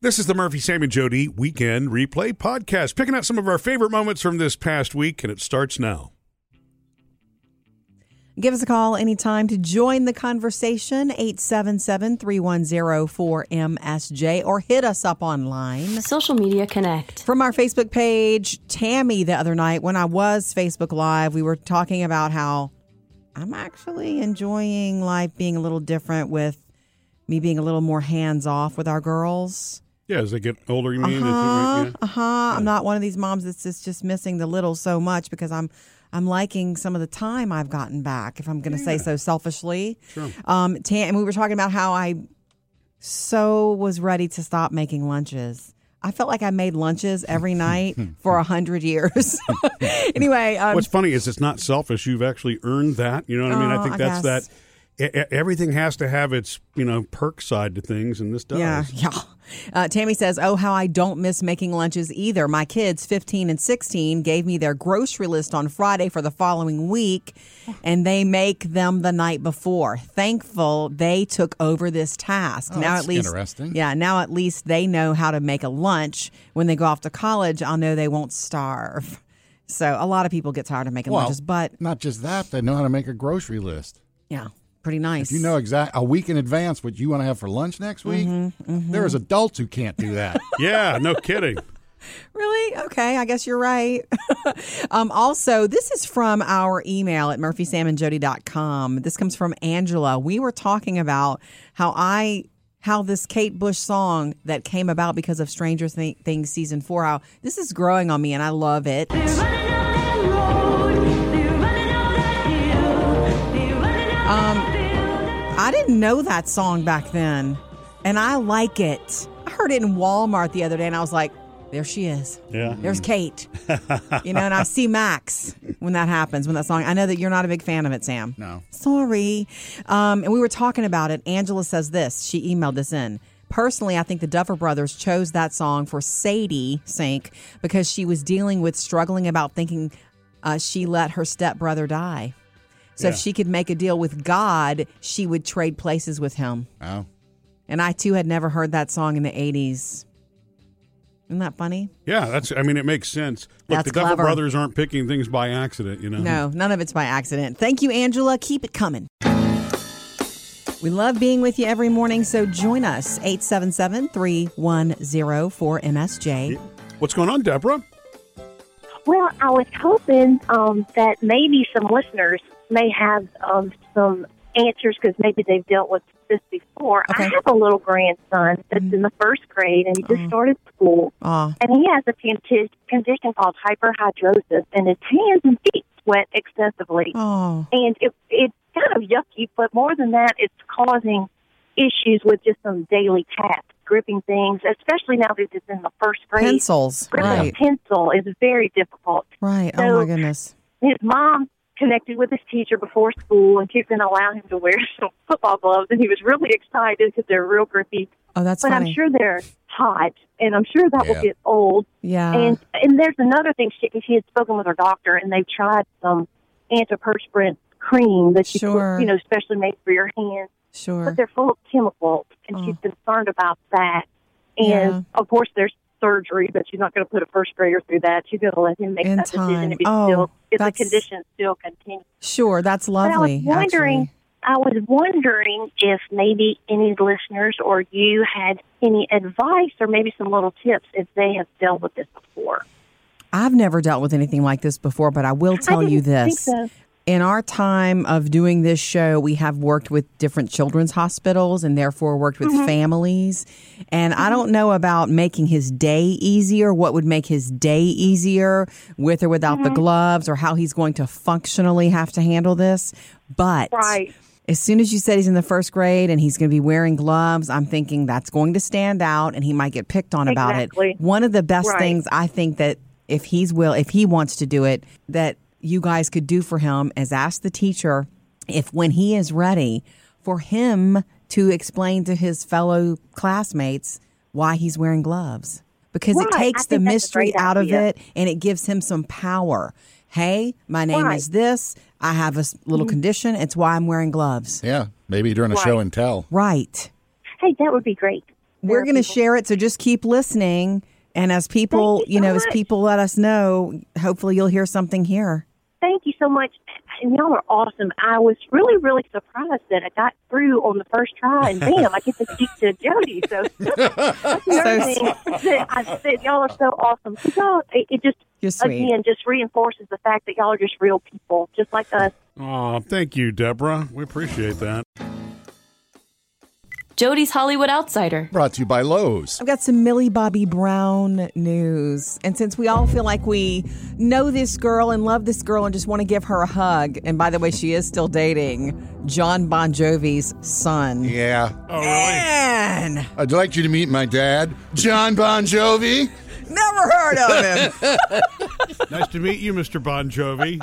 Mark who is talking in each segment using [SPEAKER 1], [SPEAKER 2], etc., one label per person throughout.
[SPEAKER 1] This is the Murphy, Sam, and Jody Weekend Replay Podcast, picking out some of our favorite moments from this past week, and it starts now.
[SPEAKER 2] Give us a call anytime to join the conversation, 877-310-4MSJ, or hit us up online.
[SPEAKER 3] Social media connect.
[SPEAKER 2] From our Facebook page, Tammy the other night, when I was Facebook Live, we were talking about how I'm actually enjoying life being a little different with me being a little more hands-off with our girls.
[SPEAKER 1] Yeah, as they get older, you mean? Is it
[SPEAKER 2] Uh-huh.
[SPEAKER 1] right? Yeah.
[SPEAKER 2] Uh-huh. I'm not one of these moms that's just, just missing the little so much because I'm I'm liking some of the time I've gotten back, if I'm gonna say so selfishly. Sure. Um Tam and we were talking about how I so was ready to stop making lunches. I felt like I made lunches every night for a hundred years. anyway, um,
[SPEAKER 1] What's funny is it's not selfish. You've actually earned that. You know what I mean?
[SPEAKER 2] Oh,
[SPEAKER 1] I think
[SPEAKER 2] I
[SPEAKER 1] that's
[SPEAKER 2] guess.
[SPEAKER 1] that. e- e- Everything has to have its, you know, perk side to things, and this does.
[SPEAKER 2] Yeah, yeah. Uh, Tammy says, "Oh, how I don't miss making lunches either. My kids, 15 and 16, gave me their grocery list on Friday for the following week, and they make them the night before. Thankful they took over this task.
[SPEAKER 4] Oh,
[SPEAKER 2] now
[SPEAKER 4] that's
[SPEAKER 2] at least,
[SPEAKER 4] interesting.
[SPEAKER 2] Yeah, now at least they know how to make a lunch. When they go off to college, I'll know they won't starve. So a lot of people get tired of making lunches, but
[SPEAKER 4] not just that, they know how to make a grocery list.
[SPEAKER 2] yeah, pretty nice.
[SPEAKER 4] You know exact a week in advance what you want to have for lunch next week.
[SPEAKER 2] Mm-hmm,
[SPEAKER 4] There is adults who can't do that.
[SPEAKER 1] Yeah, no kidding.
[SPEAKER 2] Really? Okay, I guess you're right. um, also, this is from our email at murphysamandjody.com. This comes from Angela. We were talking about how I how this Kate Bush song that came about because of Stranger Thi- Things season 4 how this is growing on me and I love it. I didn't know that song back then and I like it. I heard it in Walmart the other day and I was like, there she is.
[SPEAKER 1] Yeah.
[SPEAKER 2] There's Kate. you know, and I see Max when that happens, when that song. I know that you're not a big fan of it, Sam.
[SPEAKER 4] No.
[SPEAKER 2] Sorry. Um, and we were talking about it. Angela says this. She emailed this in. Personally, I think the Duffer Brothers chose that song for Sadie Sink because she was dealing with struggling about thinking uh, she let her stepbrother die. So
[SPEAKER 1] Yeah.
[SPEAKER 2] if she could make a deal with God, she would trade places with him.
[SPEAKER 4] Oh.
[SPEAKER 2] And I too had never heard that song in the 80s. Isn't that funny?
[SPEAKER 1] Yeah, that's. I mean, it makes sense. Look,
[SPEAKER 2] That's
[SPEAKER 1] the Duffer
[SPEAKER 2] clever.
[SPEAKER 1] Brothers aren't picking things by accident. You know.
[SPEAKER 2] No, none of it's by accident. Thank you, Angela. Keep it coming. We love being with you every morning, so join us 877 310 4MSJ.
[SPEAKER 1] What's going on, Deborah?
[SPEAKER 5] Well, I was hoping um, that maybe some listeners may have um, some answers because maybe they've dealt with this before.
[SPEAKER 2] Okay. Mm-hmm. Mm.
[SPEAKER 5] I have a little grandson that's in the first grade and he just started school,
[SPEAKER 2] Aw,
[SPEAKER 5] and he has a conti- condition called hyperhidrosis, and his hands and feet sweat excessively,
[SPEAKER 2] oh,
[SPEAKER 5] and it, it's kind of yucky. But more than that, it's causing issues with just some daily tasks, gripping things, especially now that it's in the first grade.
[SPEAKER 2] pencils.
[SPEAKER 5] Gripping
[SPEAKER 2] Right,
[SPEAKER 5] a pencil is very difficult.
[SPEAKER 2] right. Oh,
[SPEAKER 5] So-
[SPEAKER 2] my goodness.
[SPEAKER 5] His mom connected with his teacher before school, and she was going to allow him to wear some football gloves, and he was really excited because they're real grippy.
[SPEAKER 2] Oh, that's
[SPEAKER 5] But
[SPEAKER 2] funny.
[SPEAKER 5] I'm sure they're hot, and I'm sure that
[SPEAKER 4] Yeah.
[SPEAKER 5] will get old.
[SPEAKER 2] yeah.
[SPEAKER 5] and and there's another thing. She, she had spoken with her doctor, and they tried some antiperspirant cream that you put-
[SPEAKER 2] Sure.
[SPEAKER 5] you know specially made for your hands,
[SPEAKER 2] sure.
[SPEAKER 5] but they're full of chemicals, and she's concerned about that. And
[SPEAKER 2] Oh. Yeah.
[SPEAKER 5] of course, there's surgery, but she's not going to put a first grader through that. She's going to let him make
[SPEAKER 2] In
[SPEAKER 5] that
[SPEAKER 2] time.
[SPEAKER 5] decision if it's
[SPEAKER 2] Oh,
[SPEAKER 5] still if the
[SPEAKER 2] that's-
[SPEAKER 5] condition still continues.
[SPEAKER 2] Sure, that's
[SPEAKER 5] But I was
[SPEAKER 2] lovely.
[SPEAKER 5] wondering,
[SPEAKER 2] actually.
[SPEAKER 5] I was wondering if maybe any listeners or you had any advice or maybe some little tips if they have dealt with this before.
[SPEAKER 2] I've never dealt with anything like this before, but I will tell
[SPEAKER 5] I didn't
[SPEAKER 2] you
[SPEAKER 5] think
[SPEAKER 2] this.
[SPEAKER 5] so.
[SPEAKER 2] In our time of doing this show, we have worked with different children's hospitals and therefore worked with
[SPEAKER 5] Mm-hmm.
[SPEAKER 2] families. And I don't know about making his day easier, what would make his day easier with or without
[SPEAKER 5] Mm-hmm.
[SPEAKER 2] the gloves, or how he's going to functionally have to handle this. But
[SPEAKER 5] Right.
[SPEAKER 2] as soon as you said he's in the first grade and he's going to be wearing gloves, I'm thinking that's going to stand out and he might get picked on about
[SPEAKER 5] Exactly.
[SPEAKER 2] it. One of the best
[SPEAKER 5] Right.
[SPEAKER 2] things I think that if he's will if he wants to do it that you guys could do for him is ask the teacher if when he is ready for him to explain to his fellow classmates why he's wearing gloves because
[SPEAKER 5] Right.
[SPEAKER 2] it
[SPEAKER 5] I
[SPEAKER 2] takes the
[SPEAKER 5] think that's a
[SPEAKER 2] mystery
[SPEAKER 5] great
[SPEAKER 2] out of
[SPEAKER 5] idea.
[SPEAKER 2] it and it gives him some power. Hey, my name
[SPEAKER 5] Right.
[SPEAKER 2] is this. I have a s- little
[SPEAKER 5] Mm-hmm.
[SPEAKER 2] condition. It's why I'm wearing gloves.
[SPEAKER 4] Yeah. Maybe during a show and tell.
[SPEAKER 2] Right.
[SPEAKER 5] Hey, that would be great.
[SPEAKER 2] we're going to
[SPEAKER 5] people.
[SPEAKER 2] share it. So just keep listening. And as people,
[SPEAKER 5] Thank you
[SPEAKER 2] you
[SPEAKER 5] so
[SPEAKER 2] know, as
[SPEAKER 5] much.
[SPEAKER 2] people let us know, hopefully you'll hear something here.
[SPEAKER 5] Thank you so much. And y'all are awesome. I was really, really surprised that I got through on the first try, and bam, I get to speak to Jody. So that's
[SPEAKER 2] So
[SPEAKER 5] another thing that I said, y'all are so awesome. 'Cause Y'all, it, it just
[SPEAKER 2] You're sweet.
[SPEAKER 5] again just reinforces the fact that y'all are just real people, just like us.
[SPEAKER 1] Aw, thank you, Deborah. We appreciate that.
[SPEAKER 3] Jody's Hollywood Outsider.
[SPEAKER 4] Brought to you by Lowe's.
[SPEAKER 2] I've got some Millie Bobby Brown news. And since we all feel like we know this girl and love this girl and just want to give her a hug, and by the way, she is still dating John Bon Jovi's son.
[SPEAKER 4] Yeah.
[SPEAKER 1] Oh, really?
[SPEAKER 2] Man,
[SPEAKER 4] I'd like you to meet my dad, John Bon Jovi.
[SPEAKER 2] never heard of him.
[SPEAKER 1] nice to meet you, Mr. Bon Jovi.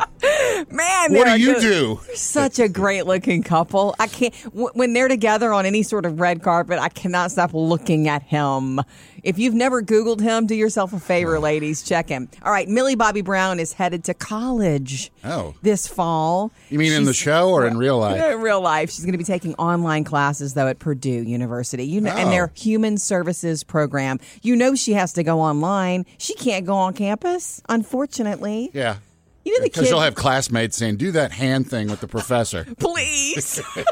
[SPEAKER 2] Man,
[SPEAKER 4] What
[SPEAKER 2] they're
[SPEAKER 4] do you
[SPEAKER 2] good-
[SPEAKER 4] do?
[SPEAKER 2] Such a great looking couple. I can't, w- when they're together on any sort of red carpet, I cannot stop looking at him. If you've never Googled him, do yourself a favor, ladies. Check him. All right, Millie Bobby Brown is headed to college
[SPEAKER 4] Oh.
[SPEAKER 2] this fall.
[SPEAKER 4] You mean in the
[SPEAKER 2] She's-
[SPEAKER 4] show or in real life?
[SPEAKER 2] In real life, she's going to be taking online classes though at Purdue University. You know,
[SPEAKER 4] Oh.
[SPEAKER 2] and their human services program. You know, she has to go online. She can't go on campus, unfortunately.
[SPEAKER 4] Yeah.
[SPEAKER 2] You know, the
[SPEAKER 4] Because
[SPEAKER 2] kids.
[SPEAKER 4] you'll have classmates saying, do that hand thing with the professor.
[SPEAKER 2] please. you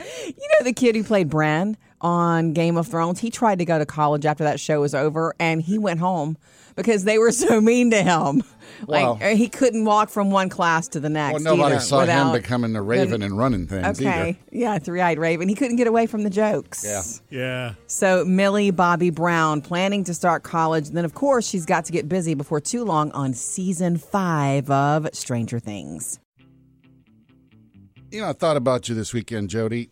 [SPEAKER 2] know, the kid who played Bran on Game of Thrones, he tried to go to college after that show was over and he went home because they were so mean to him.
[SPEAKER 4] Wow.
[SPEAKER 2] Like, uh, he couldn't walk from one class to the
[SPEAKER 4] Well,
[SPEAKER 2] next.
[SPEAKER 4] nobody
[SPEAKER 2] either
[SPEAKER 4] saw
[SPEAKER 2] without-
[SPEAKER 4] him becoming the raven and running things
[SPEAKER 2] Okay.
[SPEAKER 4] either.
[SPEAKER 2] Yeah, three eyed raven. He couldn't get away from the jokes.
[SPEAKER 4] Yeah.
[SPEAKER 1] Yeah.
[SPEAKER 2] So Millie Bobby Brown planning to start college. And then of course she's got to get busy before too long on season five of Stranger Things.
[SPEAKER 4] You know, I thought about you this weekend, Jody.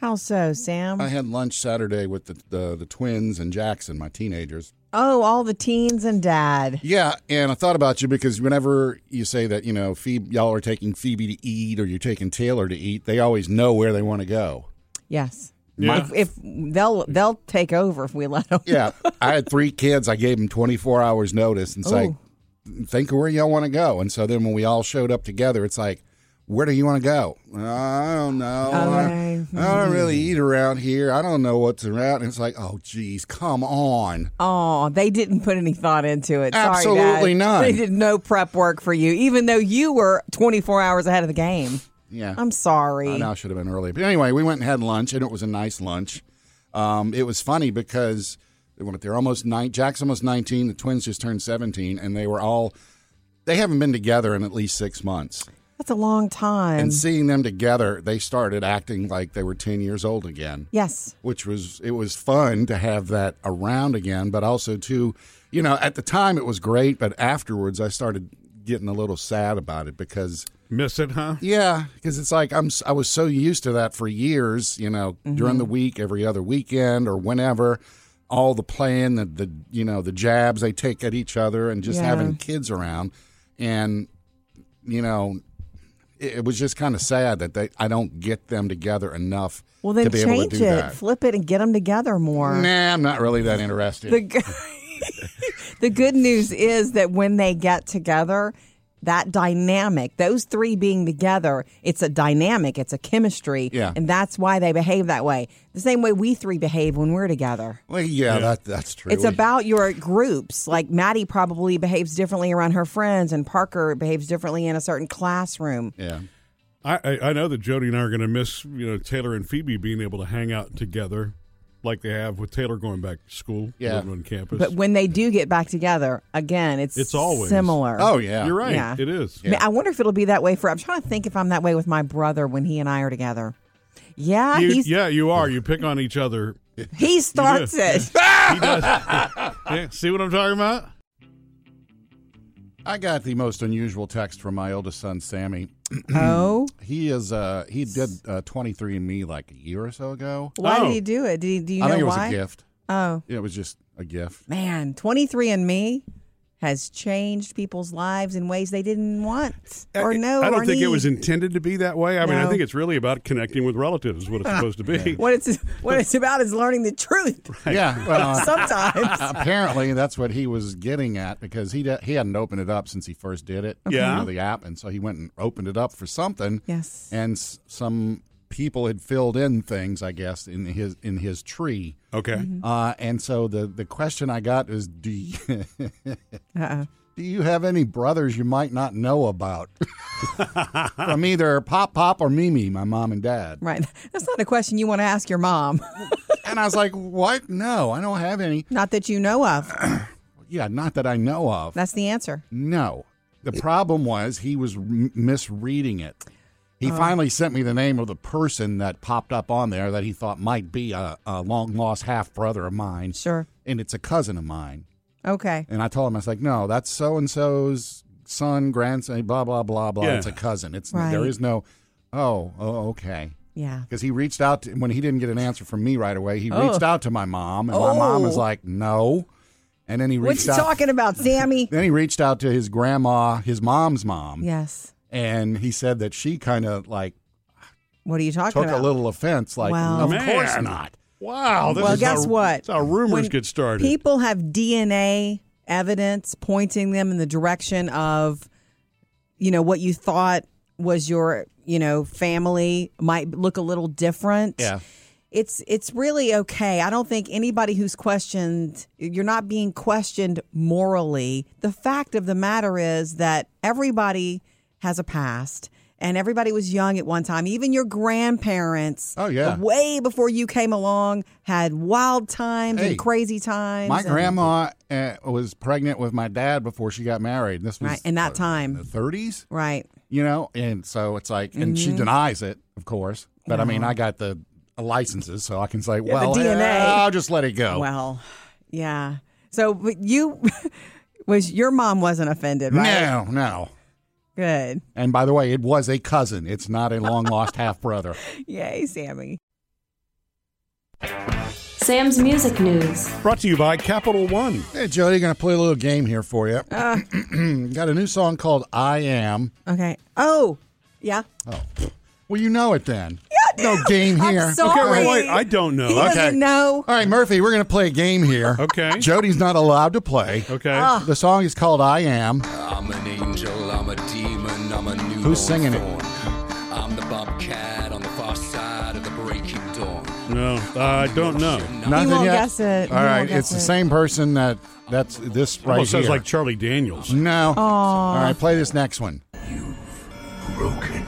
[SPEAKER 2] How so, Sam?
[SPEAKER 4] I had lunch Saturday with the, the, the twins and Jackson, my teenagers.
[SPEAKER 2] oh, all the teens and dad.
[SPEAKER 4] Yeah, and I thought about you because whenever you say that, you know, Phoebe, y'all are taking Phoebe to eat or you're taking Taylor to eat, they always know where they want to go.
[SPEAKER 2] Yes.
[SPEAKER 1] Yeah.
[SPEAKER 2] If, if they'll they'll take over if we let them.
[SPEAKER 4] Yeah, I had three kids. I gave them 24 hours notice and it's like,
[SPEAKER 2] Ooh.
[SPEAKER 4] think of where y'all want to go. And so then when we all showed up together, it's like, where do you want to go? I don't know.
[SPEAKER 2] Okay.
[SPEAKER 4] I, I don't really eat around here. I don't know what's around. And it's like, oh, geez, come on.
[SPEAKER 2] Oh, they didn't put any thought into it. Sorry,
[SPEAKER 4] Absolutely
[SPEAKER 2] Dad.
[SPEAKER 4] none.
[SPEAKER 2] They did no prep work for you, even though you were 24 hours ahead of the game.
[SPEAKER 4] Yeah.
[SPEAKER 2] I'm sorry.
[SPEAKER 4] I know I should have been early. But anyway, we went and had lunch, and it was a nice lunch. Um, it was funny because they went they're almost nine. Jack's almost nineteen. The twins just turned seventeen, and they were all they haven't been together in at least six months.
[SPEAKER 2] That's a long time.
[SPEAKER 4] And seeing them together, they started acting like they were ten years old again,
[SPEAKER 2] yes.
[SPEAKER 4] which was it was fun to have that around again. But also too, you know, at the time it was great, but afterwards I started getting a little sad about it because
[SPEAKER 1] Miss it, huh?
[SPEAKER 4] yeah, because it's like I'm. s- I was so used to that for years. You know, during
[SPEAKER 2] Mm-hmm.
[SPEAKER 4] the week, every other weekend, or whenever, all the playing, the, the you know the jabs they take at each other, and just
[SPEAKER 2] Yeah.
[SPEAKER 4] having kids around, and you know, it, it was just kind of sad that they I don't get them together enough
[SPEAKER 2] Well, then
[SPEAKER 4] to be able to
[SPEAKER 2] change
[SPEAKER 4] do
[SPEAKER 2] it,
[SPEAKER 4] that.
[SPEAKER 2] flip it, and get them together more.
[SPEAKER 4] Nah, I'm not really that interested.
[SPEAKER 2] The g- the good news is that when they get together, that dynamic, those three being together, it's a dynamic, it's a chemistry,
[SPEAKER 4] Yeah.
[SPEAKER 2] and that's why they behave that way. The same way we three behave when we're together.
[SPEAKER 4] well, yeah, that that's true.
[SPEAKER 2] It's about your groups. Like Maddie probably behaves differently around her friends, and Parker behaves differently in a certain classroom.
[SPEAKER 4] yeah.
[SPEAKER 1] I, I, I know that Jody and I are going to miss you know Taylor and Phoebe being able to hang out together like they have with Taylor going back to school,
[SPEAKER 4] Yeah.
[SPEAKER 1] living on campus.
[SPEAKER 2] But when they do get back together, again, it's
[SPEAKER 1] It's always-
[SPEAKER 2] similar.
[SPEAKER 4] Oh yeah,
[SPEAKER 1] You're right.
[SPEAKER 2] Yeah.
[SPEAKER 1] It is.
[SPEAKER 2] I mean, I wonder if it'll be that way for. I'm trying to think if I'm that way with my brother when he and I are together. Yeah,
[SPEAKER 1] You,
[SPEAKER 2] he's,
[SPEAKER 1] yeah, you are. You pick on each other.
[SPEAKER 2] he starts it.
[SPEAKER 1] He does. yeah, see what I'm talking about?
[SPEAKER 4] I got the most unusual text from my oldest son, Sammy.
[SPEAKER 2] oh,
[SPEAKER 4] He is. Uh, he did uh, 23andMe like a year or so ago.
[SPEAKER 2] why
[SPEAKER 1] Oh.
[SPEAKER 2] did he do it? Did he, do you
[SPEAKER 4] I
[SPEAKER 2] know
[SPEAKER 4] think it was
[SPEAKER 2] why?
[SPEAKER 4] a gift.
[SPEAKER 2] Oh
[SPEAKER 4] It was just a gift.
[SPEAKER 2] man, 23 and Me has changed people's lives in ways they didn't want or know.
[SPEAKER 1] I
[SPEAKER 2] or
[SPEAKER 1] don't think it
[SPEAKER 2] need.
[SPEAKER 1] was intended to be that way. I mean, I
[SPEAKER 2] No.
[SPEAKER 1] think it's really about connecting with relatives, is what it's supposed to be.
[SPEAKER 2] What it's what it's about is learning the truth.
[SPEAKER 4] Yeah. Well, uh,
[SPEAKER 2] Sometimes
[SPEAKER 4] apparently that's what he was getting at because he de- he hadn't opened it up since he first did it.
[SPEAKER 1] Yeah.
[SPEAKER 4] You know, the app, and so he went and opened it up for something.
[SPEAKER 2] Yes.
[SPEAKER 4] And s- some people had filled in things, I guess, in his in his tree.
[SPEAKER 1] Okay.
[SPEAKER 4] Uh, and so the the question I got is, do you,
[SPEAKER 2] Uh-uh.
[SPEAKER 4] do you have any brothers you might not know about? From either Pop Pop or Mimi, my mom and dad.
[SPEAKER 2] Right. That's not a question you want to ask your mom.
[SPEAKER 4] And I was like, what? No, I don't have any.
[SPEAKER 2] not that you know of.
[SPEAKER 4] Yeah, not that I know of.
[SPEAKER 2] That's the answer.
[SPEAKER 4] No. The problem was he was m- misreading it. He finally sent me the name of the person that popped up on there that he thought might be a, a long lost half brother of mine,
[SPEAKER 2] Sure.
[SPEAKER 4] and it's a cousin of mine.
[SPEAKER 2] Okay.
[SPEAKER 4] And I told him, I was like, no, that's so and so's son, grandson, blah blah blah blah.
[SPEAKER 1] Yeah.
[SPEAKER 4] It's a cousin. It's
[SPEAKER 2] Right.
[SPEAKER 4] there is no. Oh, oh, okay.
[SPEAKER 2] Yeah.
[SPEAKER 4] Because he reached out to, when he didn't get an answer from me right away. He
[SPEAKER 2] Oh.
[SPEAKER 4] reached out to my mom, and my mom was
[SPEAKER 2] Oh.
[SPEAKER 4] like, no. And then he
[SPEAKER 2] What
[SPEAKER 4] reached
[SPEAKER 2] you
[SPEAKER 4] out.
[SPEAKER 2] talking about, Sammy?
[SPEAKER 4] Then he reached out to his grandma, his mom's mom,
[SPEAKER 2] yes.
[SPEAKER 4] and he said that she kind of like
[SPEAKER 2] What are you talking
[SPEAKER 4] took
[SPEAKER 2] about?
[SPEAKER 4] a little offense, like,
[SPEAKER 2] Wow.
[SPEAKER 4] of
[SPEAKER 1] Man.
[SPEAKER 4] course not.
[SPEAKER 1] Wow. This
[SPEAKER 2] Well,
[SPEAKER 1] is
[SPEAKER 2] guess
[SPEAKER 1] how,
[SPEAKER 2] what?
[SPEAKER 1] That's how rumors
[SPEAKER 2] When
[SPEAKER 1] get started.
[SPEAKER 2] People have DNA evidence pointing them in the direction of, you know, what you thought was your, you know, family might look a little different.
[SPEAKER 4] Yeah.
[SPEAKER 2] It's it's really okay. I don't think anybody who's questioned you're not being questioned morally. The fact of the matter is that everybody has a past and everybody was young at one time. Even your grandparents
[SPEAKER 4] Oh, yeah.
[SPEAKER 2] way before you came along had wild times
[SPEAKER 4] Hey,
[SPEAKER 2] and crazy times.
[SPEAKER 4] My
[SPEAKER 2] and-
[SPEAKER 4] grandma uh, was pregnant with my dad before she got married. This was
[SPEAKER 2] Right, in that
[SPEAKER 4] uh,
[SPEAKER 2] time.
[SPEAKER 4] in the 30s,
[SPEAKER 2] Right.
[SPEAKER 4] you know, and so it's like,
[SPEAKER 2] Mm-hmm.
[SPEAKER 4] and she denies it, of course. But I mean, I got the licenses, so I can say,
[SPEAKER 2] the
[SPEAKER 4] well,
[SPEAKER 2] DNA.
[SPEAKER 4] eh, I'll just let it go.
[SPEAKER 2] Well, yeah. So but you was your mom wasn't offended, right?
[SPEAKER 4] no, no.
[SPEAKER 2] Good.
[SPEAKER 4] And by the way, it was a cousin. It's not a long lost half brother.
[SPEAKER 2] Yay, Sammy.
[SPEAKER 3] Sam's Music News.
[SPEAKER 1] Brought to you by Capital One.
[SPEAKER 4] Hey, Jody, going to play a little game here for you.
[SPEAKER 2] Uh.
[SPEAKER 4] Got a new song called I Am.
[SPEAKER 2] Okay. Oh, yeah.
[SPEAKER 4] Well, you know it then. No game
[SPEAKER 2] I'm
[SPEAKER 4] here.
[SPEAKER 2] sorry.
[SPEAKER 1] Okay, wait, I don't know.
[SPEAKER 2] He doesn't
[SPEAKER 4] Okay.
[SPEAKER 2] know.
[SPEAKER 4] All right, Murphy, we're going to play a game here.
[SPEAKER 1] Okay.
[SPEAKER 4] Jody's not allowed to play.
[SPEAKER 1] Okay.
[SPEAKER 2] Ah.
[SPEAKER 4] The song is called I Am.
[SPEAKER 6] I'm an angel, I'm a demon, I'm a new
[SPEAKER 4] Who's singing it?
[SPEAKER 6] I'm the bobcat on the far side of the breaking dawn.
[SPEAKER 1] no, I don't know.
[SPEAKER 4] Nothing
[SPEAKER 2] won't
[SPEAKER 4] yet.
[SPEAKER 2] guess it.
[SPEAKER 4] All
[SPEAKER 2] He
[SPEAKER 4] right,
[SPEAKER 2] won't guess
[SPEAKER 4] it's the
[SPEAKER 2] it.
[SPEAKER 4] same person that that's this right
[SPEAKER 1] Almost sounds
[SPEAKER 4] here.
[SPEAKER 1] like Charlie Daniels.
[SPEAKER 4] no. All right, play this next one.
[SPEAKER 7] broken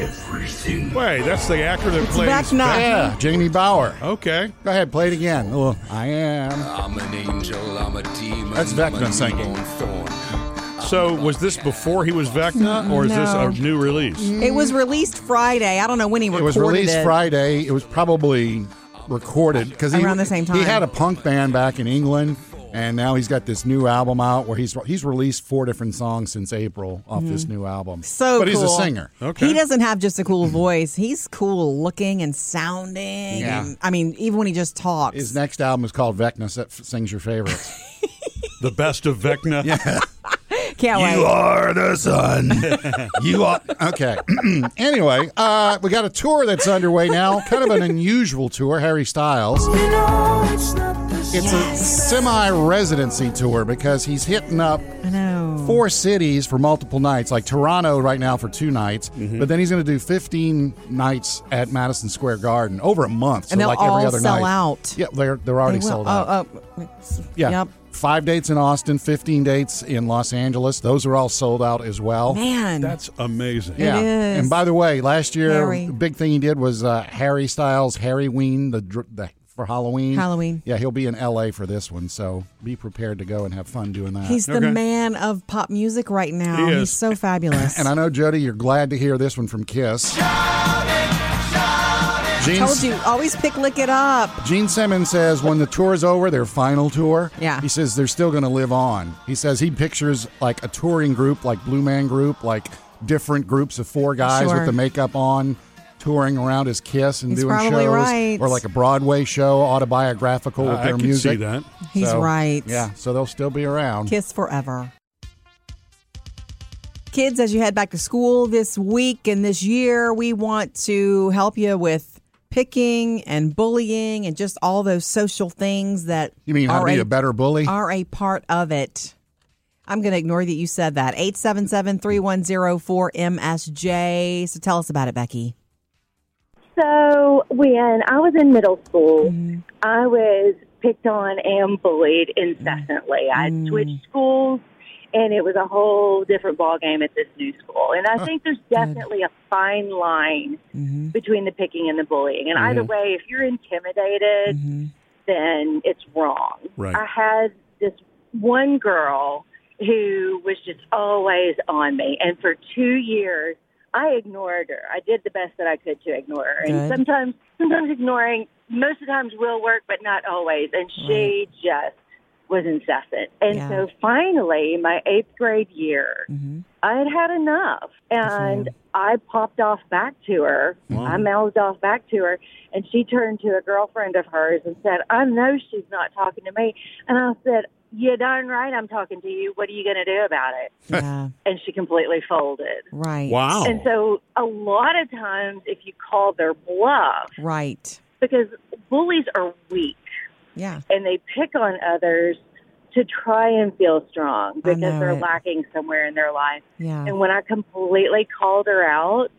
[SPEAKER 7] everything.
[SPEAKER 1] Wait, that's the actor that plays.
[SPEAKER 2] Back nine.
[SPEAKER 4] Yeah, Jamie Bauer.
[SPEAKER 1] Okay.
[SPEAKER 4] Go ahead, play it again. Oh, I am.
[SPEAKER 2] Uh,
[SPEAKER 6] I'm an angel, I'm a demon.
[SPEAKER 4] That's
[SPEAKER 6] I'm a
[SPEAKER 4] Vecna singing.
[SPEAKER 6] newborn thorn.
[SPEAKER 1] So was this before he was Vecna, or is this
[SPEAKER 2] No. Mm.
[SPEAKER 1] a new release?
[SPEAKER 2] It was released Friday. I don't know when he
[SPEAKER 4] It
[SPEAKER 2] recorded
[SPEAKER 4] was released Friday. It was probably recorded because
[SPEAKER 2] Around the same
[SPEAKER 4] He
[SPEAKER 2] time.
[SPEAKER 4] had a punk band back in England, and now he's got this new album out where he's he's released four different songs since April off this new album.
[SPEAKER 2] Mm-hmm. So
[SPEAKER 4] but he's a
[SPEAKER 2] cool.
[SPEAKER 4] singer.
[SPEAKER 1] Okay.
[SPEAKER 2] He doesn't have just a cool voice. He's cool looking and sounding.
[SPEAKER 4] Yeah.
[SPEAKER 2] And, I mean, even when he just talks.
[SPEAKER 4] His next album is called Vecna that sings your favorites.
[SPEAKER 1] The best of Vecna.
[SPEAKER 2] Can't wait.
[SPEAKER 4] are the sun. you are okay. anyway, uh, we got a tour that's underway now. Kind of an unusual tour. Harry Styles. It's a semi-residency tour because he's hitting up
[SPEAKER 2] I know.
[SPEAKER 4] four cities for multiple nights, like Toronto right now for two nights,
[SPEAKER 2] Mm-hmm.
[SPEAKER 4] but then he's going to do 15 nights at Madison Square Garden over a month. So
[SPEAKER 2] And they'll
[SPEAKER 4] like
[SPEAKER 2] all
[SPEAKER 4] every other
[SPEAKER 2] sell
[SPEAKER 4] night.
[SPEAKER 2] out.
[SPEAKER 4] Yeah, they're they're already
[SPEAKER 2] They will.
[SPEAKER 4] sold out.
[SPEAKER 2] Oh, oh.
[SPEAKER 4] yeah.
[SPEAKER 2] Yep.
[SPEAKER 4] Five dates in Austin, 15 dates in Los Angeles. Those are all sold out as well.
[SPEAKER 2] Man.
[SPEAKER 1] That's amazing.
[SPEAKER 4] Yeah.
[SPEAKER 2] is.
[SPEAKER 4] And by the way, last year,
[SPEAKER 2] Harry.
[SPEAKER 4] the big thing he did was uh, Harry Styles, Harry Ween, the, dr- the for Halloween.
[SPEAKER 2] Halloween.
[SPEAKER 4] Yeah, he'll be in LA for this one. So be prepared to go and have fun doing that.
[SPEAKER 2] He's the
[SPEAKER 1] Okay.
[SPEAKER 2] man of pop music right now.
[SPEAKER 1] He is.
[SPEAKER 2] He's so fabulous.
[SPEAKER 4] And I know, Jody, you're glad to hear this one from Kiss. Gene,
[SPEAKER 2] told you, always pick Lick It Up.
[SPEAKER 4] Gene Simmons says when the tour is over, their final tour,
[SPEAKER 2] Yeah.
[SPEAKER 4] he says they're still going to live on. He says he pictures like a touring group, like Blue Man Group, like different groups of four guys
[SPEAKER 2] Sure.
[SPEAKER 4] with the makeup on, touring around as Kiss and
[SPEAKER 2] He's
[SPEAKER 4] doing
[SPEAKER 2] probably
[SPEAKER 4] shows,
[SPEAKER 2] right.
[SPEAKER 4] or like a Broadway show, autobiographical with
[SPEAKER 1] I
[SPEAKER 4] their
[SPEAKER 1] can
[SPEAKER 4] music.
[SPEAKER 1] see that.
[SPEAKER 2] He's
[SPEAKER 4] So,
[SPEAKER 2] right.
[SPEAKER 4] Yeah, so they'll still be around.
[SPEAKER 2] Kiss forever. Kids, as you head back to school this week and this year, we want to help you with picking and bullying and just all those social things that
[SPEAKER 4] You mean how
[SPEAKER 2] are
[SPEAKER 4] to be a better bully?
[SPEAKER 2] are a part of it. I'm going to ignore that you said that. 877 3104 MSJ. So tell us about it, Becky.
[SPEAKER 5] So when I was in middle school, I was picked on and bullied incessantly. I switched schools, and it was a whole different ballgame at this new school. And I think there's definitely a fine line between the picking and the bullying. And either way, if you're intimidated, then it's wrong.
[SPEAKER 1] Right.
[SPEAKER 5] I had this one girl who was just always on me. And for two years, I ignored her. I did the best that I could to ignore her. And
[SPEAKER 2] Good.
[SPEAKER 5] sometimes, sometimes ignoring, most of the times will work, but not always. And she just was incessant. And
[SPEAKER 2] Yeah. Mm-hmm.
[SPEAKER 5] so finally, my eighth grade year, I had had enough. And I popped off back to her. I mouthed off back to her. And she turned to a girlfriend of hers and said, I know she's not talking to me. And I said, you darn right I'm talking to you. What are you going to do about it?
[SPEAKER 2] yeah,
[SPEAKER 5] And she completely folded.
[SPEAKER 2] right.
[SPEAKER 1] Wow.
[SPEAKER 5] And
[SPEAKER 2] Oh.
[SPEAKER 5] so a lot of times, if you call their bluff,
[SPEAKER 2] Right.
[SPEAKER 5] because bullies are weak
[SPEAKER 2] Yeah.
[SPEAKER 5] and they pick on others to try and feel strong because
[SPEAKER 2] know
[SPEAKER 5] they're
[SPEAKER 2] it. Oh.
[SPEAKER 5] lacking somewhere in their life.
[SPEAKER 2] Yeah.
[SPEAKER 5] And when I completely called her out,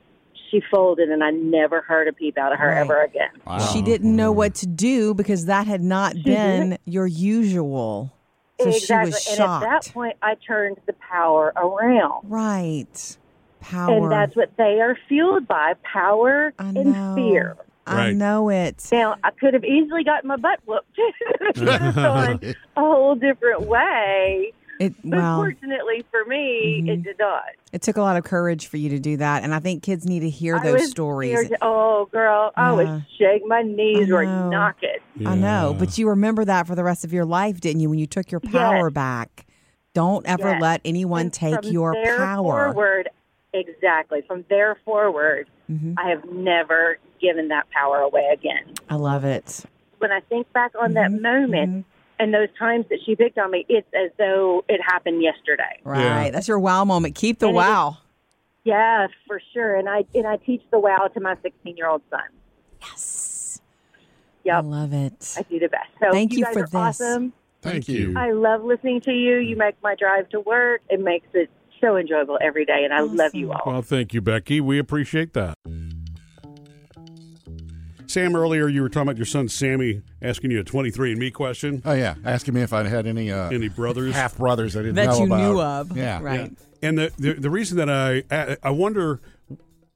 [SPEAKER 5] she folded and I never heard a peep out of her
[SPEAKER 2] Right.
[SPEAKER 5] ever again.
[SPEAKER 2] She didn't know what to do because that had not been your usual. So
[SPEAKER 5] exactly.
[SPEAKER 2] she was
[SPEAKER 5] and
[SPEAKER 2] shocked.
[SPEAKER 5] at that point, I turned the power around.
[SPEAKER 2] right. Power.
[SPEAKER 5] And that's what they are fueled by power
[SPEAKER 2] I know.
[SPEAKER 5] and fear.
[SPEAKER 2] I
[SPEAKER 1] Right.
[SPEAKER 2] know it.
[SPEAKER 5] Now, I could have easily gotten my butt whooped on a whole different way.
[SPEAKER 2] It
[SPEAKER 5] But
[SPEAKER 2] well, mm-hmm.
[SPEAKER 5] fortunately for me, it did not.
[SPEAKER 2] it took a lot of courage for you to do that, and I think kids need to hear
[SPEAKER 5] I
[SPEAKER 2] those
[SPEAKER 5] was
[SPEAKER 2] stories.
[SPEAKER 5] scared to- oh, girl, I
[SPEAKER 2] Yeah.
[SPEAKER 5] would shake my knees
[SPEAKER 2] I
[SPEAKER 5] or
[SPEAKER 2] know.
[SPEAKER 5] knock it.
[SPEAKER 2] I know, but you remember that for the rest of your life, didn't you? When you took your power back, don't ever
[SPEAKER 5] Yes.
[SPEAKER 2] let anyone
[SPEAKER 5] And
[SPEAKER 2] take
[SPEAKER 5] from
[SPEAKER 2] your
[SPEAKER 5] there
[SPEAKER 2] power.
[SPEAKER 5] Forward, exactly. From there forward,
[SPEAKER 2] Mm-hmm.
[SPEAKER 5] I have never given that power away again.
[SPEAKER 2] I love it.
[SPEAKER 5] When I think back on that
[SPEAKER 2] Mm-hmm.
[SPEAKER 5] moment and those times that she picked on me, it's as though it happened yesterday.
[SPEAKER 2] Right,
[SPEAKER 1] Yeah.
[SPEAKER 2] that's your wow moment. Keep the
[SPEAKER 5] And it is-
[SPEAKER 2] wow.
[SPEAKER 5] Yeah, for sure. And I and I teach the wow to my 16 year old son.
[SPEAKER 2] I
[SPEAKER 5] Yes. Yep.
[SPEAKER 2] love it.
[SPEAKER 5] I do the best. So
[SPEAKER 2] Thank you
[SPEAKER 5] guys
[SPEAKER 2] for
[SPEAKER 5] are
[SPEAKER 2] this.
[SPEAKER 5] Awesome.
[SPEAKER 1] Thank
[SPEAKER 4] Thank
[SPEAKER 1] you.
[SPEAKER 4] you.
[SPEAKER 5] I love listening to you. You make my drive to work. It makes it so enjoyable every day, and I love you all.
[SPEAKER 1] Well, thank you, Becky. We appreciate that. Sam, earlier you were talking about your son Sammy asking you a 23andMe question.
[SPEAKER 4] Oh yeah, asking me if I'd had any uh,
[SPEAKER 1] Any brothers?
[SPEAKER 4] half brothers I didn't
[SPEAKER 2] that
[SPEAKER 4] know
[SPEAKER 2] you
[SPEAKER 4] about.
[SPEAKER 2] knew of.
[SPEAKER 4] Yeah,
[SPEAKER 2] Right.
[SPEAKER 1] And the, the the reason that I I- I wonder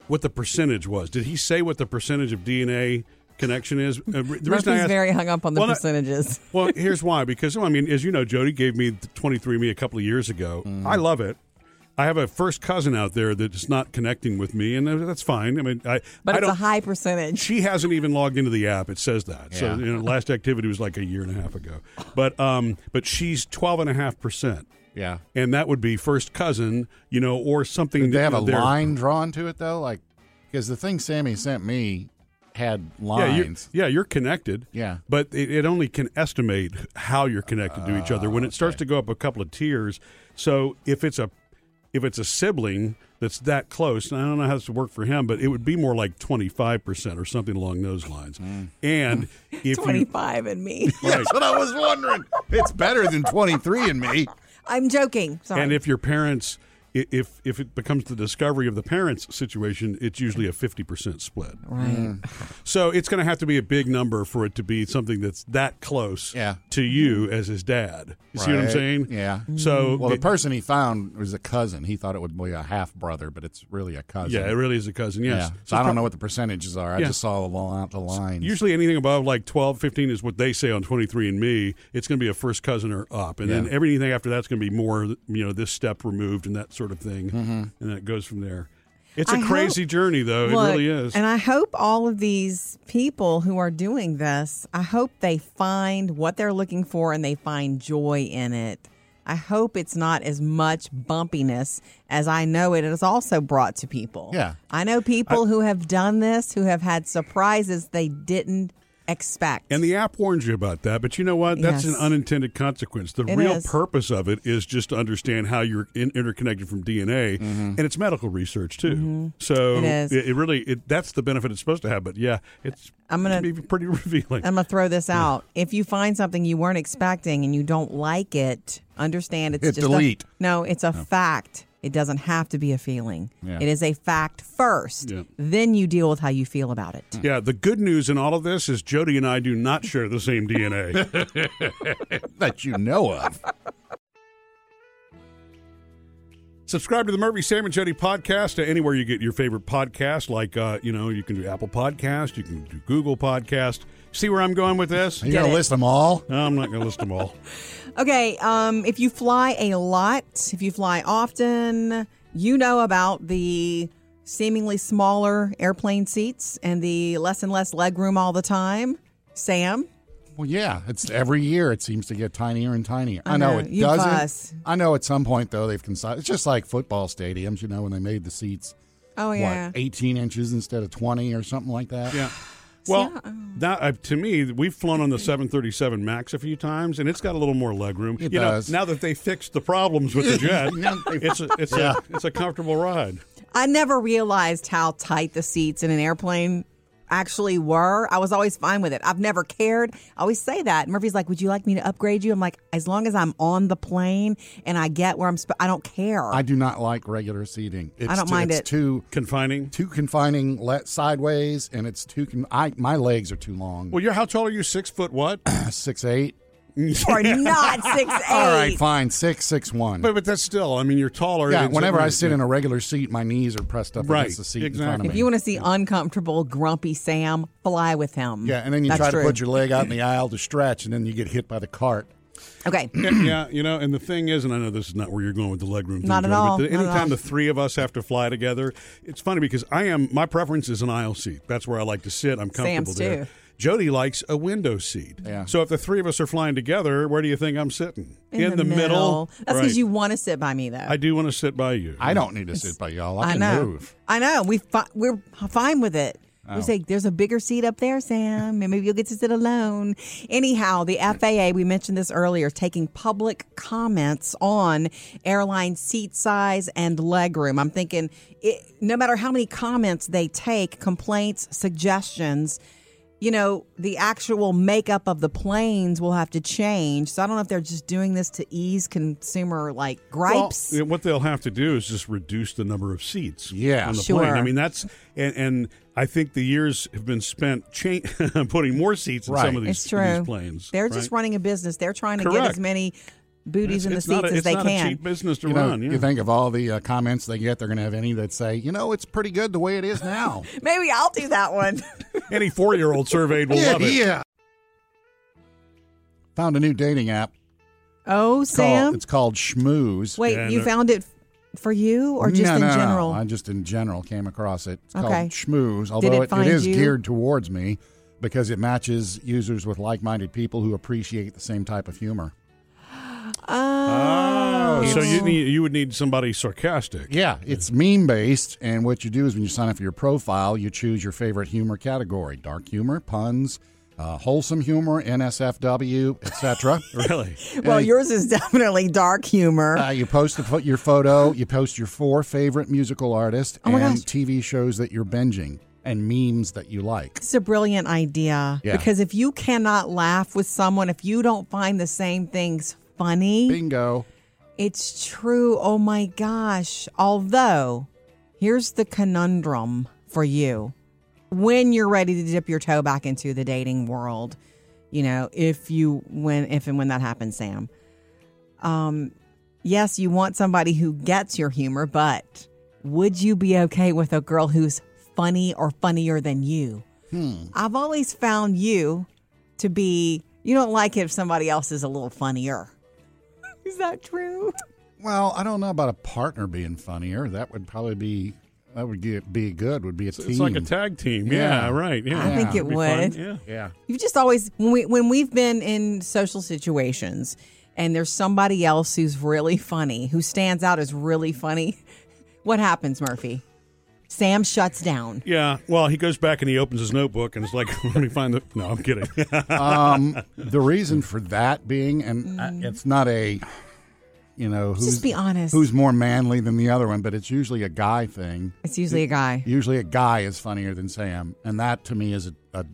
[SPEAKER 1] what the percentage was. Did he say what the percentage of DNA connection is? Uh, The
[SPEAKER 2] Murphy's
[SPEAKER 1] reason I asked,
[SPEAKER 2] very hung up on the
[SPEAKER 1] Well, I-
[SPEAKER 2] percentages.
[SPEAKER 1] well, here's why. Because I mean, as you know, Jody gave me the 23andMe a couple of years ago.
[SPEAKER 2] Mm.
[SPEAKER 1] I love it. I have a first cousin out there that's not connecting with me, and that's fine. I mean, I
[SPEAKER 2] But
[SPEAKER 1] I
[SPEAKER 2] it's
[SPEAKER 1] don't,
[SPEAKER 2] a high percentage.
[SPEAKER 1] she hasn't even logged into the app. It says that. So
[SPEAKER 4] Yeah.
[SPEAKER 1] you know, last activity was like a year and a half ago. But um, but she's twelve and a half percent,
[SPEAKER 4] Yeah.
[SPEAKER 1] and that would be first cousin, you know, or something.
[SPEAKER 4] Did they
[SPEAKER 1] that,
[SPEAKER 4] have
[SPEAKER 1] you
[SPEAKER 4] a
[SPEAKER 1] know, they're-
[SPEAKER 4] line drawn to it though? Like, because the thing Sammy sent me had
[SPEAKER 1] Yeah, you're,
[SPEAKER 4] lines.
[SPEAKER 1] yeah, you're connected.
[SPEAKER 4] Yeah.
[SPEAKER 1] but it, it only can estimate how you're connected to each other when it
[SPEAKER 4] Oh,
[SPEAKER 1] starts to go up a couple of tiers. So if it's a if it's a sibling that's that close, and I don't know how this would work for him, but it would be more like twenty five percent or something along those lines.
[SPEAKER 4] Mm.
[SPEAKER 1] And if you
[SPEAKER 2] 25 and me.
[SPEAKER 4] That's what I was wondering. It's better than twenty three and me.
[SPEAKER 2] I'm joking. Sorry.
[SPEAKER 1] And if your parents, i- if if it becomes the discovery of the parents' situation, it's usually a fifty percent split.
[SPEAKER 2] right.
[SPEAKER 4] Mm.
[SPEAKER 1] So it's going to have to be a big number for it to be something that's that close
[SPEAKER 4] Yeah.
[SPEAKER 1] to you as his dad. You see what I'm
[SPEAKER 4] Right.
[SPEAKER 1] saying?
[SPEAKER 4] Yeah.
[SPEAKER 2] Mm.
[SPEAKER 1] So
[SPEAKER 4] Well, the
[SPEAKER 1] it-
[SPEAKER 4] person he found was a cousin. He thought it would be a half brother, but it's really a cousin.
[SPEAKER 1] yeah, it really is a cousin. Yes.
[SPEAKER 4] Yeah. So I don't know what the percentages are. I
[SPEAKER 1] Yeah.
[SPEAKER 4] just saw the, li- the lines.
[SPEAKER 1] Usually anything above like 12, 15 is what they say on 23andMe. It's going to be a first cousin or up. And then
[SPEAKER 4] Yeah.
[SPEAKER 1] everything after that's going to be more, you know, this step removed and that sort of thing.
[SPEAKER 4] Mm-hmm.
[SPEAKER 1] And then it goes from there. It's a
[SPEAKER 2] I hope-
[SPEAKER 1] crazy journey, though.
[SPEAKER 2] Look,
[SPEAKER 1] it really is.
[SPEAKER 2] And I hope all of these people who are doing this, I hope they find what they're looking for and they find joy in it. I hope it's not as much bumpiness as I know it is also brought to people.
[SPEAKER 4] Yeah.
[SPEAKER 2] I know people who have done this who have had surprises they didn't expect.
[SPEAKER 1] And the app warns you about that, but you know what? That's
[SPEAKER 2] Yes.
[SPEAKER 1] an unintended consequence. The
[SPEAKER 2] It
[SPEAKER 1] real
[SPEAKER 2] is.
[SPEAKER 1] purpose of it is just to understand how you're in- interconnected from DNA,
[SPEAKER 4] Mm-hmm.
[SPEAKER 1] and it's medical research too. So
[SPEAKER 2] Mm-hmm. It is.
[SPEAKER 1] It, it really it, that's the benefit it's supposed to have. But yeah, it's
[SPEAKER 2] I'm gonna-
[SPEAKER 1] it can be pretty revealing.
[SPEAKER 2] I'm going to throw this out. If you find something you weren't expecting and you don't like it, understand it's
[SPEAKER 4] Hit
[SPEAKER 2] just a-
[SPEAKER 4] delete.
[SPEAKER 2] no, it's a fact. It doesn't have to be a feeling.
[SPEAKER 4] Yeah.
[SPEAKER 2] It is a fact first.
[SPEAKER 1] Yeah.
[SPEAKER 2] Then you deal with how you feel about
[SPEAKER 4] Hmm.
[SPEAKER 2] it.
[SPEAKER 1] Yeah, the good news in all of this is Jody and I do not share the same DNA.
[SPEAKER 4] that you know of.
[SPEAKER 1] Subscribe to the Murphy Sam and Jody podcast uh, anywhere you get your favorite podcast. Like uh, you know, you can do Apple Podcast, you can do Google Podcast. See where I'm going with this?
[SPEAKER 4] Are you going
[SPEAKER 2] it.
[SPEAKER 4] to list them all?
[SPEAKER 1] No, I'm not going to list them all.
[SPEAKER 2] Okay, um, if you fly a lot, if you fly often, you know about the seemingly smaller airplane seats and the less and less legroom all the time. Sam,
[SPEAKER 4] Well, yeah, it's every year it seems to get tinier and tinier. I,
[SPEAKER 2] I
[SPEAKER 4] know,
[SPEAKER 2] know,
[SPEAKER 4] it
[SPEAKER 2] you
[SPEAKER 4] doesn't.
[SPEAKER 2] fuss.
[SPEAKER 4] I know at some point though they've considered. It's just like football stadiums, you know, when they made the seats
[SPEAKER 2] oh yeah,
[SPEAKER 4] what 18 inches instead of 20 or something like that.
[SPEAKER 1] Yeah. Well, that uh, to me, we've flown on the 737 Max a few times, and it's got a little more legroom.
[SPEAKER 4] It
[SPEAKER 1] you
[SPEAKER 4] does.
[SPEAKER 1] know, now that they fixed the problems with the jet,
[SPEAKER 4] Now they've-
[SPEAKER 1] it's a, it's
[SPEAKER 4] Yeah.
[SPEAKER 1] a it's a comfortable ride.
[SPEAKER 2] I never realized how tight the seats in an airplane actually were. I was always fine with it. I've never cared. I always say that. Murphy's like, "Would you like me to upgrade you?" I'm like, "As long as I'm on the plane and I get where I'm, sp- I don't care."
[SPEAKER 4] I do not like regular seating. It's
[SPEAKER 2] don't
[SPEAKER 4] too,
[SPEAKER 2] mind
[SPEAKER 4] it's
[SPEAKER 2] it.
[SPEAKER 4] Too
[SPEAKER 1] Confining.
[SPEAKER 4] too confining, let sideways, and it's too. Con- I my legs are too long.
[SPEAKER 1] Well, you're how tall are you? Six foot what?
[SPEAKER 4] six eight.
[SPEAKER 2] or not six eight.
[SPEAKER 4] All right, fine, six six one.
[SPEAKER 1] But but that's still. I mean, you're taller.
[SPEAKER 4] yeah,
[SPEAKER 1] than-
[SPEAKER 4] whenever I sit in a regular seat, my knees are pressed up
[SPEAKER 1] Right,
[SPEAKER 4] against the seat in front of
[SPEAKER 1] exactly.
[SPEAKER 4] me.
[SPEAKER 2] If you want to see uncomfortable, grumpy Sam, fly with him.
[SPEAKER 4] Yeah, and then you
[SPEAKER 2] That's
[SPEAKER 4] try
[SPEAKER 2] true.
[SPEAKER 4] to put your leg out in the aisle to stretch, and then you get hit by the cart.
[SPEAKER 2] Okay.
[SPEAKER 1] Yeah, yeah, you know, and the thing is, and I know this is not where you're going with the legroom. thing,
[SPEAKER 2] Not at
[SPEAKER 1] Joey,
[SPEAKER 2] all,
[SPEAKER 1] But
[SPEAKER 2] not
[SPEAKER 1] the,
[SPEAKER 2] at
[SPEAKER 1] anytime
[SPEAKER 2] all.
[SPEAKER 1] the three of us have to fly together, it's funny because I am my preference is an aisle seat. That's where I like to sit. I'm comfortable
[SPEAKER 2] Sam's
[SPEAKER 1] there.
[SPEAKER 2] too.
[SPEAKER 1] Jody likes a window seat.
[SPEAKER 4] Yeah.
[SPEAKER 1] So if the three of us are flying together, where do you think I'm sitting?
[SPEAKER 2] That's because
[SPEAKER 1] Right.
[SPEAKER 2] you want to sit by me, though.
[SPEAKER 1] I do want to sit by you.
[SPEAKER 4] I don't need to sit by y'all. I, can
[SPEAKER 2] know.
[SPEAKER 4] move. Oh.
[SPEAKER 2] I know. We fi- we're fine with it. We say there's a bigger seat up there, Sam, and maybe you'll get to sit alone. Anyhow, the FAA, we mentioned this earlier, is taking public comments on airline seat size and legroom. I'm thinking, it, no matter how many comments they take, complaints, suggestions, you know, the actual makeup of the planes will have to change. So I don't know if they're just doing this to ease consumer like gripes.
[SPEAKER 1] Well, what they'll have to do is just reduce the number of seats.
[SPEAKER 4] Yeah.
[SPEAKER 1] on the
[SPEAKER 2] Sure.
[SPEAKER 1] plane. I mean, that's and, and I think the years have been spent cha- putting more seats in
[SPEAKER 4] Right.
[SPEAKER 1] some of these,
[SPEAKER 2] it's true.
[SPEAKER 1] these planes.
[SPEAKER 2] They're
[SPEAKER 1] right?
[SPEAKER 2] just running a business. They're trying to get
[SPEAKER 1] Correct.
[SPEAKER 2] as many booties in the
[SPEAKER 1] It's- it's
[SPEAKER 2] seats
[SPEAKER 1] not a-
[SPEAKER 2] as they
[SPEAKER 1] It's not a cheap
[SPEAKER 2] can.
[SPEAKER 1] business to
[SPEAKER 4] You, know,
[SPEAKER 1] run. yeah.
[SPEAKER 4] you think of all the uh, comments they get, they're going to have any that say, you know, it's pretty good the way it is now.
[SPEAKER 2] Maybe I'll do that one.
[SPEAKER 1] Any four-year-old surveyed will love it.
[SPEAKER 4] yeah. Found a new dating app.
[SPEAKER 2] oh,
[SPEAKER 4] It's called-
[SPEAKER 2] Sam.
[SPEAKER 4] it's called Schmooze.
[SPEAKER 2] Wait,
[SPEAKER 1] Yeah,
[SPEAKER 2] you
[SPEAKER 1] no.
[SPEAKER 2] found it f- for you or just
[SPEAKER 4] No,
[SPEAKER 2] in
[SPEAKER 4] no, no.
[SPEAKER 2] general?
[SPEAKER 4] I just in general came across it. It's
[SPEAKER 2] Okay.
[SPEAKER 4] called Schmooze, although
[SPEAKER 2] it
[SPEAKER 4] it,
[SPEAKER 2] find
[SPEAKER 4] it is
[SPEAKER 2] you?
[SPEAKER 4] geared towards me because it matches users with like minded people who appreciate the same type of humor.
[SPEAKER 2] oh.
[SPEAKER 1] So you need, you would need somebody sarcastic.
[SPEAKER 4] Yeah, it's meme based, and what you do is when you sign up for your profile, you choose your favorite humor category: dark humor, puns, uh, wholesome humor, NSFW, etc.
[SPEAKER 1] Really?
[SPEAKER 2] well, yours is definitely dark humor.
[SPEAKER 4] Uh, you post the, pho- your photo, you post your four favorite musical artists,
[SPEAKER 2] Oh my
[SPEAKER 4] and
[SPEAKER 2] gosh.
[SPEAKER 4] TV shows that you're binging, and memes that you like.
[SPEAKER 2] It's a brilliant idea
[SPEAKER 4] Yeah.
[SPEAKER 2] because if you cannot laugh with someone, if you don't find the same things funny,
[SPEAKER 4] Bingo!
[SPEAKER 2] It's true. Oh my gosh. Although, here's the conundrum for you. When you're ready to dip your toe back into the dating world, you know, if you when if and when that happens, Sam. Um yes, you want somebody who gets your humor, but would you be okay with a girl who's funny or funnier than you? I've always found you to be you don't like it if somebody else is a little funnier. Is that true?
[SPEAKER 4] Well, I don't know about a partner being funnier. That would probably be that would get, be good. Would be a team.
[SPEAKER 1] It's like a tag team. Yeah,
[SPEAKER 4] Yeah.
[SPEAKER 1] right. Yeah.
[SPEAKER 2] I think it
[SPEAKER 1] It'd be fun,
[SPEAKER 2] would.
[SPEAKER 1] Yeah.
[SPEAKER 4] yeah.
[SPEAKER 2] You've just always when we when we've been in social situations and there's somebody else who's really funny, who stands out as really funny, what happens, Murphy? Sam shuts down.
[SPEAKER 1] Yeah. Well, he goes back and he opens his notebook and it's like, let me find the. No, I'm kidding.
[SPEAKER 4] um, the reason for that being, and uh, it's not a, you know, who's,
[SPEAKER 2] Mm. Just be honest.
[SPEAKER 4] who's more manly than the other one, but it's usually a guy thing.
[SPEAKER 2] It's usually a guy.
[SPEAKER 4] Usually a guy is funnier than Sam, and that to me is a, a,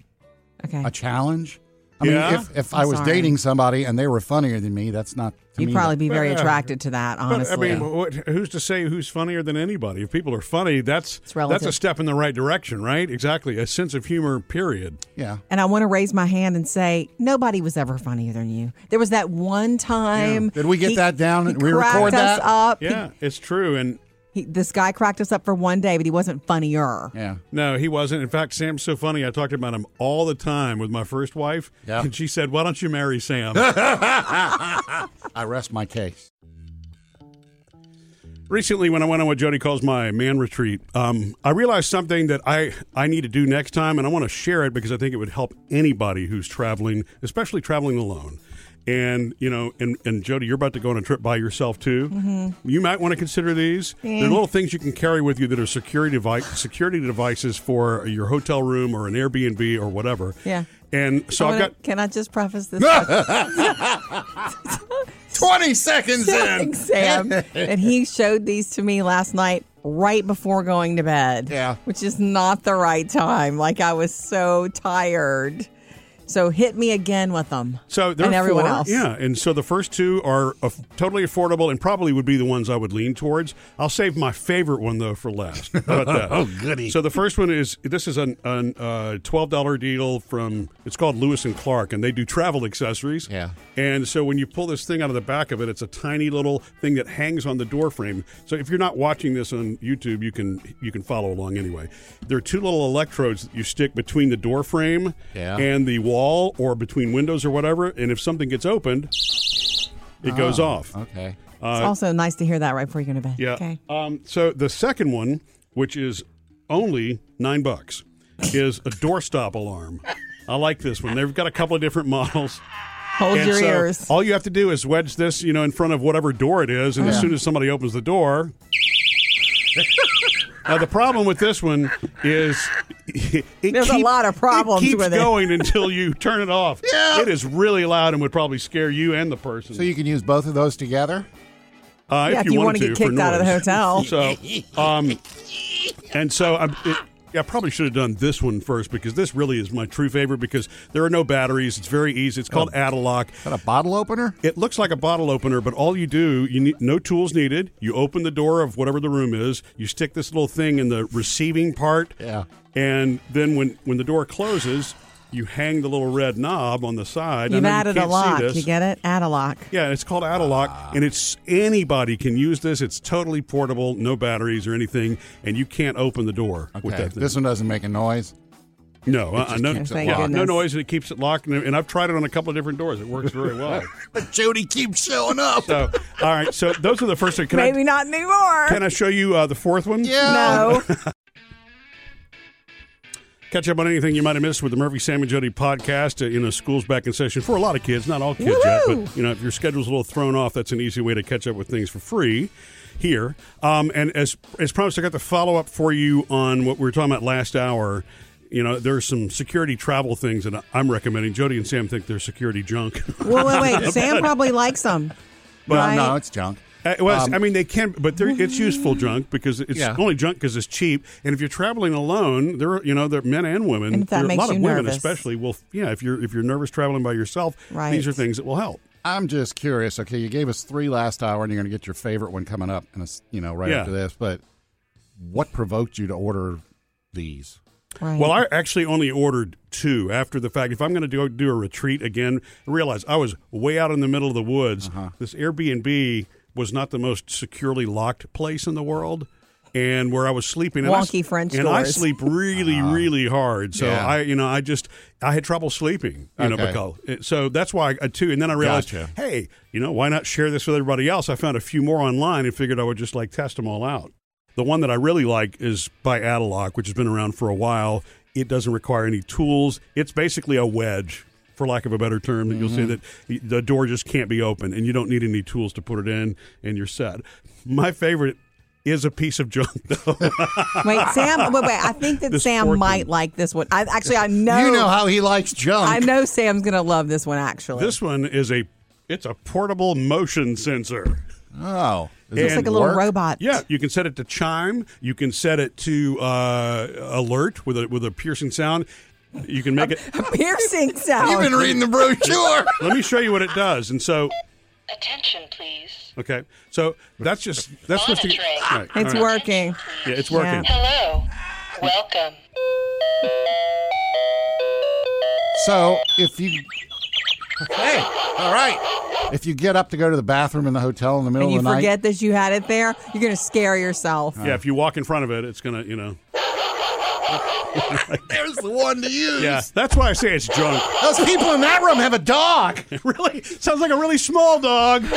[SPEAKER 2] Okay.
[SPEAKER 4] a challenge. I mean,
[SPEAKER 1] Yeah?
[SPEAKER 4] if, if I was
[SPEAKER 2] sorry.
[SPEAKER 4] dating somebody and they were funnier than me, that's not. To
[SPEAKER 2] You'd
[SPEAKER 4] me,
[SPEAKER 2] probably be very
[SPEAKER 1] Yeah.
[SPEAKER 2] attracted to that,
[SPEAKER 1] But, I
[SPEAKER 2] honestly.
[SPEAKER 1] mean, what, who's to say who's funnier than anybody? If people are funny, that's that's
[SPEAKER 2] relative.
[SPEAKER 1] a step in the right direction, right? Exactly, a sense of humor. Period.
[SPEAKER 4] Yeah.
[SPEAKER 2] and I want to raise my hand and say nobody was ever funnier than you. There was that one time.
[SPEAKER 4] Did we get
[SPEAKER 2] he-
[SPEAKER 4] that down
[SPEAKER 2] He
[SPEAKER 4] and we
[SPEAKER 2] cracked
[SPEAKER 4] record
[SPEAKER 2] us
[SPEAKER 4] that?
[SPEAKER 2] up. He-
[SPEAKER 1] Yeah, it's true. And
[SPEAKER 2] he- this guy cracked us up for one day, but he wasn't funnier.
[SPEAKER 4] Yeah.
[SPEAKER 1] no, he wasn't. In fact, Sam's so funny. I talked about him all the time with my first wife,
[SPEAKER 4] Yeah.
[SPEAKER 1] and she said, "Why don't you marry Sam?"
[SPEAKER 4] I rest my case.
[SPEAKER 1] Recently, when I went on what Jody calls my man retreat, um, I realized something that I, I need to do next time, and I want to share it because I think it would help anybody who's traveling, especially traveling alone. And you know, and, and Jody, you're about to go on a trip by yourself too. You might want to consider these. There are little things you can carry with you that are security device security devices for your hotel room or an Airbnb or whatever.
[SPEAKER 2] Yeah. Oh,
[SPEAKER 1] And so
[SPEAKER 2] I
[SPEAKER 1] I've
[SPEAKER 2] wanna-
[SPEAKER 1] got
[SPEAKER 2] Can I just preface this?
[SPEAKER 4] 20 seconds in.
[SPEAKER 2] Thanks, Sam. and he showed these to me last night right before going to bed.
[SPEAKER 4] Yeah.
[SPEAKER 2] Which is not the right time. Like I was so tired. So hit me again with them.
[SPEAKER 1] So there
[SPEAKER 2] and
[SPEAKER 1] are
[SPEAKER 2] everyone
[SPEAKER 1] four,
[SPEAKER 2] else.
[SPEAKER 1] Yeah, and so the first two are uh, totally affordable and probably would be the ones I would lean towards. I'll save my favorite one though for last. How about that? oh, goody! So the first one is this is an, an uh, twelve dollar deal from it's called Lewis and Clark, and they do travel accessories.
[SPEAKER 4] Yeah.
[SPEAKER 1] And so when you pull this thing out of the back of it, it's a tiny little thing that hangs on the door frame. So if you're not watching this on YouTube, you can you can follow along anyway. There are two little electrodes that you stick between the door frame
[SPEAKER 4] Yeah.
[SPEAKER 1] and the wall or between windows or whatever, and if something gets opened, it goes off.
[SPEAKER 4] Okay.
[SPEAKER 2] it's also nice to hear that right before you go to bed.
[SPEAKER 1] Yeah.
[SPEAKER 2] Okay.
[SPEAKER 1] Um, so the second one, which is only nine bucks, is a doorstop alarm. I like this one. They've got a couple of different models.
[SPEAKER 2] Hold
[SPEAKER 1] And
[SPEAKER 2] your
[SPEAKER 1] so
[SPEAKER 2] ears.
[SPEAKER 1] All you have to do is wedge this, you know, in front of whatever door it is, and as soon as somebody opens the door. Now the problem with this one is it
[SPEAKER 2] There's a
[SPEAKER 1] keep-
[SPEAKER 2] lot of problems
[SPEAKER 1] It keeps
[SPEAKER 2] with it.
[SPEAKER 1] going until you turn it off. Yeah. it is really loud and would probably scare you and the person.
[SPEAKER 4] So you can use both of those together?
[SPEAKER 1] uh,
[SPEAKER 2] yeah, if you, want to get
[SPEAKER 1] for
[SPEAKER 2] kicked out of the
[SPEAKER 1] noise.
[SPEAKER 2] hotel.
[SPEAKER 1] So, um, and so I, it, yeah, I probably should have done this one first because this really is my true favorite because there are no batteries. It's very easy. It's
[SPEAKER 2] Oh.
[SPEAKER 1] called Adalock.
[SPEAKER 4] Got a bottle opener?
[SPEAKER 1] It looks like a bottle opener, but all you do, you need no tools needed. You open the door of whatever the room is. You stick this little thing in the receiving part.
[SPEAKER 4] Yeah.
[SPEAKER 1] And then when when the door closes, you hang the little red knob on the side. I
[SPEAKER 2] You've
[SPEAKER 1] know you
[SPEAKER 2] added a
[SPEAKER 1] can't see
[SPEAKER 2] lock.
[SPEAKER 1] this.
[SPEAKER 2] You get it? Add a lock.
[SPEAKER 1] Yeah, it's called Adalock, and it's anybody can use this. It's totally portable, no batteries or anything, and you can't open the door with
[SPEAKER 4] Okay.
[SPEAKER 1] that thing.
[SPEAKER 4] This one doesn't make a noise.
[SPEAKER 1] no, uh, no,
[SPEAKER 4] keeps
[SPEAKER 2] it Thank
[SPEAKER 1] yeah,
[SPEAKER 2] locked.
[SPEAKER 1] no
[SPEAKER 2] goodness.
[SPEAKER 1] noise, and it keeps it locked. And, and I've tried it on a couple of different doors. It works very well.
[SPEAKER 4] But Jody keeps showing up.
[SPEAKER 1] so, all right, so those are the first. Three. Can
[SPEAKER 2] Maybe
[SPEAKER 1] I,
[SPEAKER 2] not anymore.
[SPEAKER 1] Can I show you uh, the fourth one?
[SPEAKER 4] yeah.
[SPEAKER 2] no.
[SPEAKER 1] Catch up on anything you might have missed with the Murphy, Sam, and Jody podcast. Uh, you know, school's back in session for a lot of kids, not all kids yet,
[SPEAKER 2] Woohoo!
[SPEAKER 1] but you know, if your schedule's a little thrown off, that's an easy way to catch up with things for free here. Um, and as as promised, I got the follow up for you on what we were talking about last hour. You know, there's some security travel things that I'm recommending. Jody and Sam think they're security junk.
[SPEAKER 2] well, wait, wait. Sam probably likes them.
[SPEAKER 4] No,
[SPEAKER 2] Right?
[SPEAKER 4] no, it's junk.
[SPEAKER 1] Uh, well, I mean, they can, but they're, it's useful junk because it's
[SPEAKER 4] Yeah.
[SPEAKER 1] only junk because it's cheap. And if you're traveling alone, there, are, you know, there are men and women.
[SPEAKER 2] And if that
[SPEAKER 1] there are a
[SPEAKER 2] makes
[SPEAKER 1] lot of
[SPEAKER 2] you
[SPEAKER 1] women,
[SPEAKER 2] nervous.
[SPEAKER 1] especially, will. Yeah, if you're if you're nervous traveling by yourself,
[SPEAKER 2] Right.
[SPEAKER 1] these are things that will help.
[SPEAKER 4] I'm just curious. Okay, you gave us three last hour, and you're going to get your favorite one coming up, and it's you know right
[SPEAKER 1] Yeah.
[SPEAKER 4] after this. But what provoked you to order these?
[SPEAKER 2] Right.
[SPEAKER 1] Well, I actually only ordered two after the fact. If I'm going to do do a retreat again, I realized I was way out in the middle of the woods.
[SPEAKER 2] Uh-huh.
[SPEAKER 1] This Airbnb was not the most securely locked place in the world. And where I was sleeping, and I s-
[SPEAKER 2] Wonky French
[SPEAKER 1] and I
[SPEAKER 2] doors. Uh-huh.
[SPEAKER 1] sleep really, really hard. So
[SPEAKER 4] Yeah.
[SPEAKER 1] I, you know, I just I had trouble sleeping, you know,
[SPEAKER 4] Okay.
[SPEAKER 1] because it- so that's why I too. And then I realized,
[SPEAKER 4] Gotcha.
[SPEAKER 1] hey, you know, why not share this with everybody else? I found a few more online and figured I would just like test them all out. The one that I really like is by Adalock, which has been around for a while. It doesn't require any tools. It's basically a wedge, for lack of a better term, that you'll see that y- the door just can't be open and you don't need any tools to put it in and you're set. My favorite is a piece of junk, though.
[SPEAKER 2] wait, Sam. Wait, wait. I think that
[SPEAKER 1] This
[SPEAKER 2] Sam
[SPEAKER 1] fourth
[SPEAKER 2] might
[SPEAKER 1] one.
[SPEAKER 2] like this one. I actually, I know.
[SPEAKER 4] You know how he likes junk.
[SPEAKER 2] I know Sam's gonna love this one. Actually,
[SPEAKER 1] this one is a it's a portable motion sensor.
[SPEAKER 4] Oh,
[SPEAKER 1] It's
[SPEAKER 4] does it
[SPEAKER 2] it's like a little
[SPEAKER 4] work?
[SPEAKER 2] robot.
[SPEAKER 1] Yeah, you can set it to chime. You can set it to uh, alert with a with a piercing sound. You can make it.
[SPEAKER 2] Piercing
[SPEAKER 4] You've
[SPEAKER 2] sound.
[SPEAKER 4] been reading the brochure.
[SPEAKER 1] Let me show you what it does. And so,
[SPEAKER 8] Attention, please.
[SPEAKER 1] okay, so that's just that's supposed to.
[SPEAKER 8] Monitoring.
[SPEAKER 1] All right, all
[SPEAKER 2] It's
[SPEAKER 1] right.
[SPEAKER 2] working.
[SPEAKER 1] Yeah, it's working.
[SPEAKER 8] Hello. Welcome.
[SPEAKER 4] So if you, hey, all right. If you get up to go to the bathroom in the hotel in the middle
[SPEAKER 2] And you
[SPEAKER 4] of the night,
[SPEAKER 2] forget that you had it there, you're going to scare yourself.
[SPEAKER 1] Yeah, if you walk in front of it, it's gonna, you know.
[SPEAKER 4] there's the one to use.
[SPEAKER 1] Yeah, that's why I say it's junk.
[SPEAKER 4] Those people in that room have a dog.
[SPEAKER 1] really sounds like a really small dog.
[SPEAKER 4] So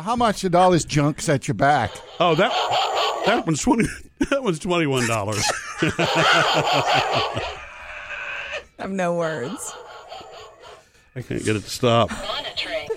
[SPEAKER 4] how much did all this junk set you back?
[SPEAKER 1] Oh, that that one's twenty. That one's twenty one dollars.
[SPEAKER 2] I have no words.
[SPEAKER 1] I can't get it to stop.
[SPEAKER 8] Monitoring.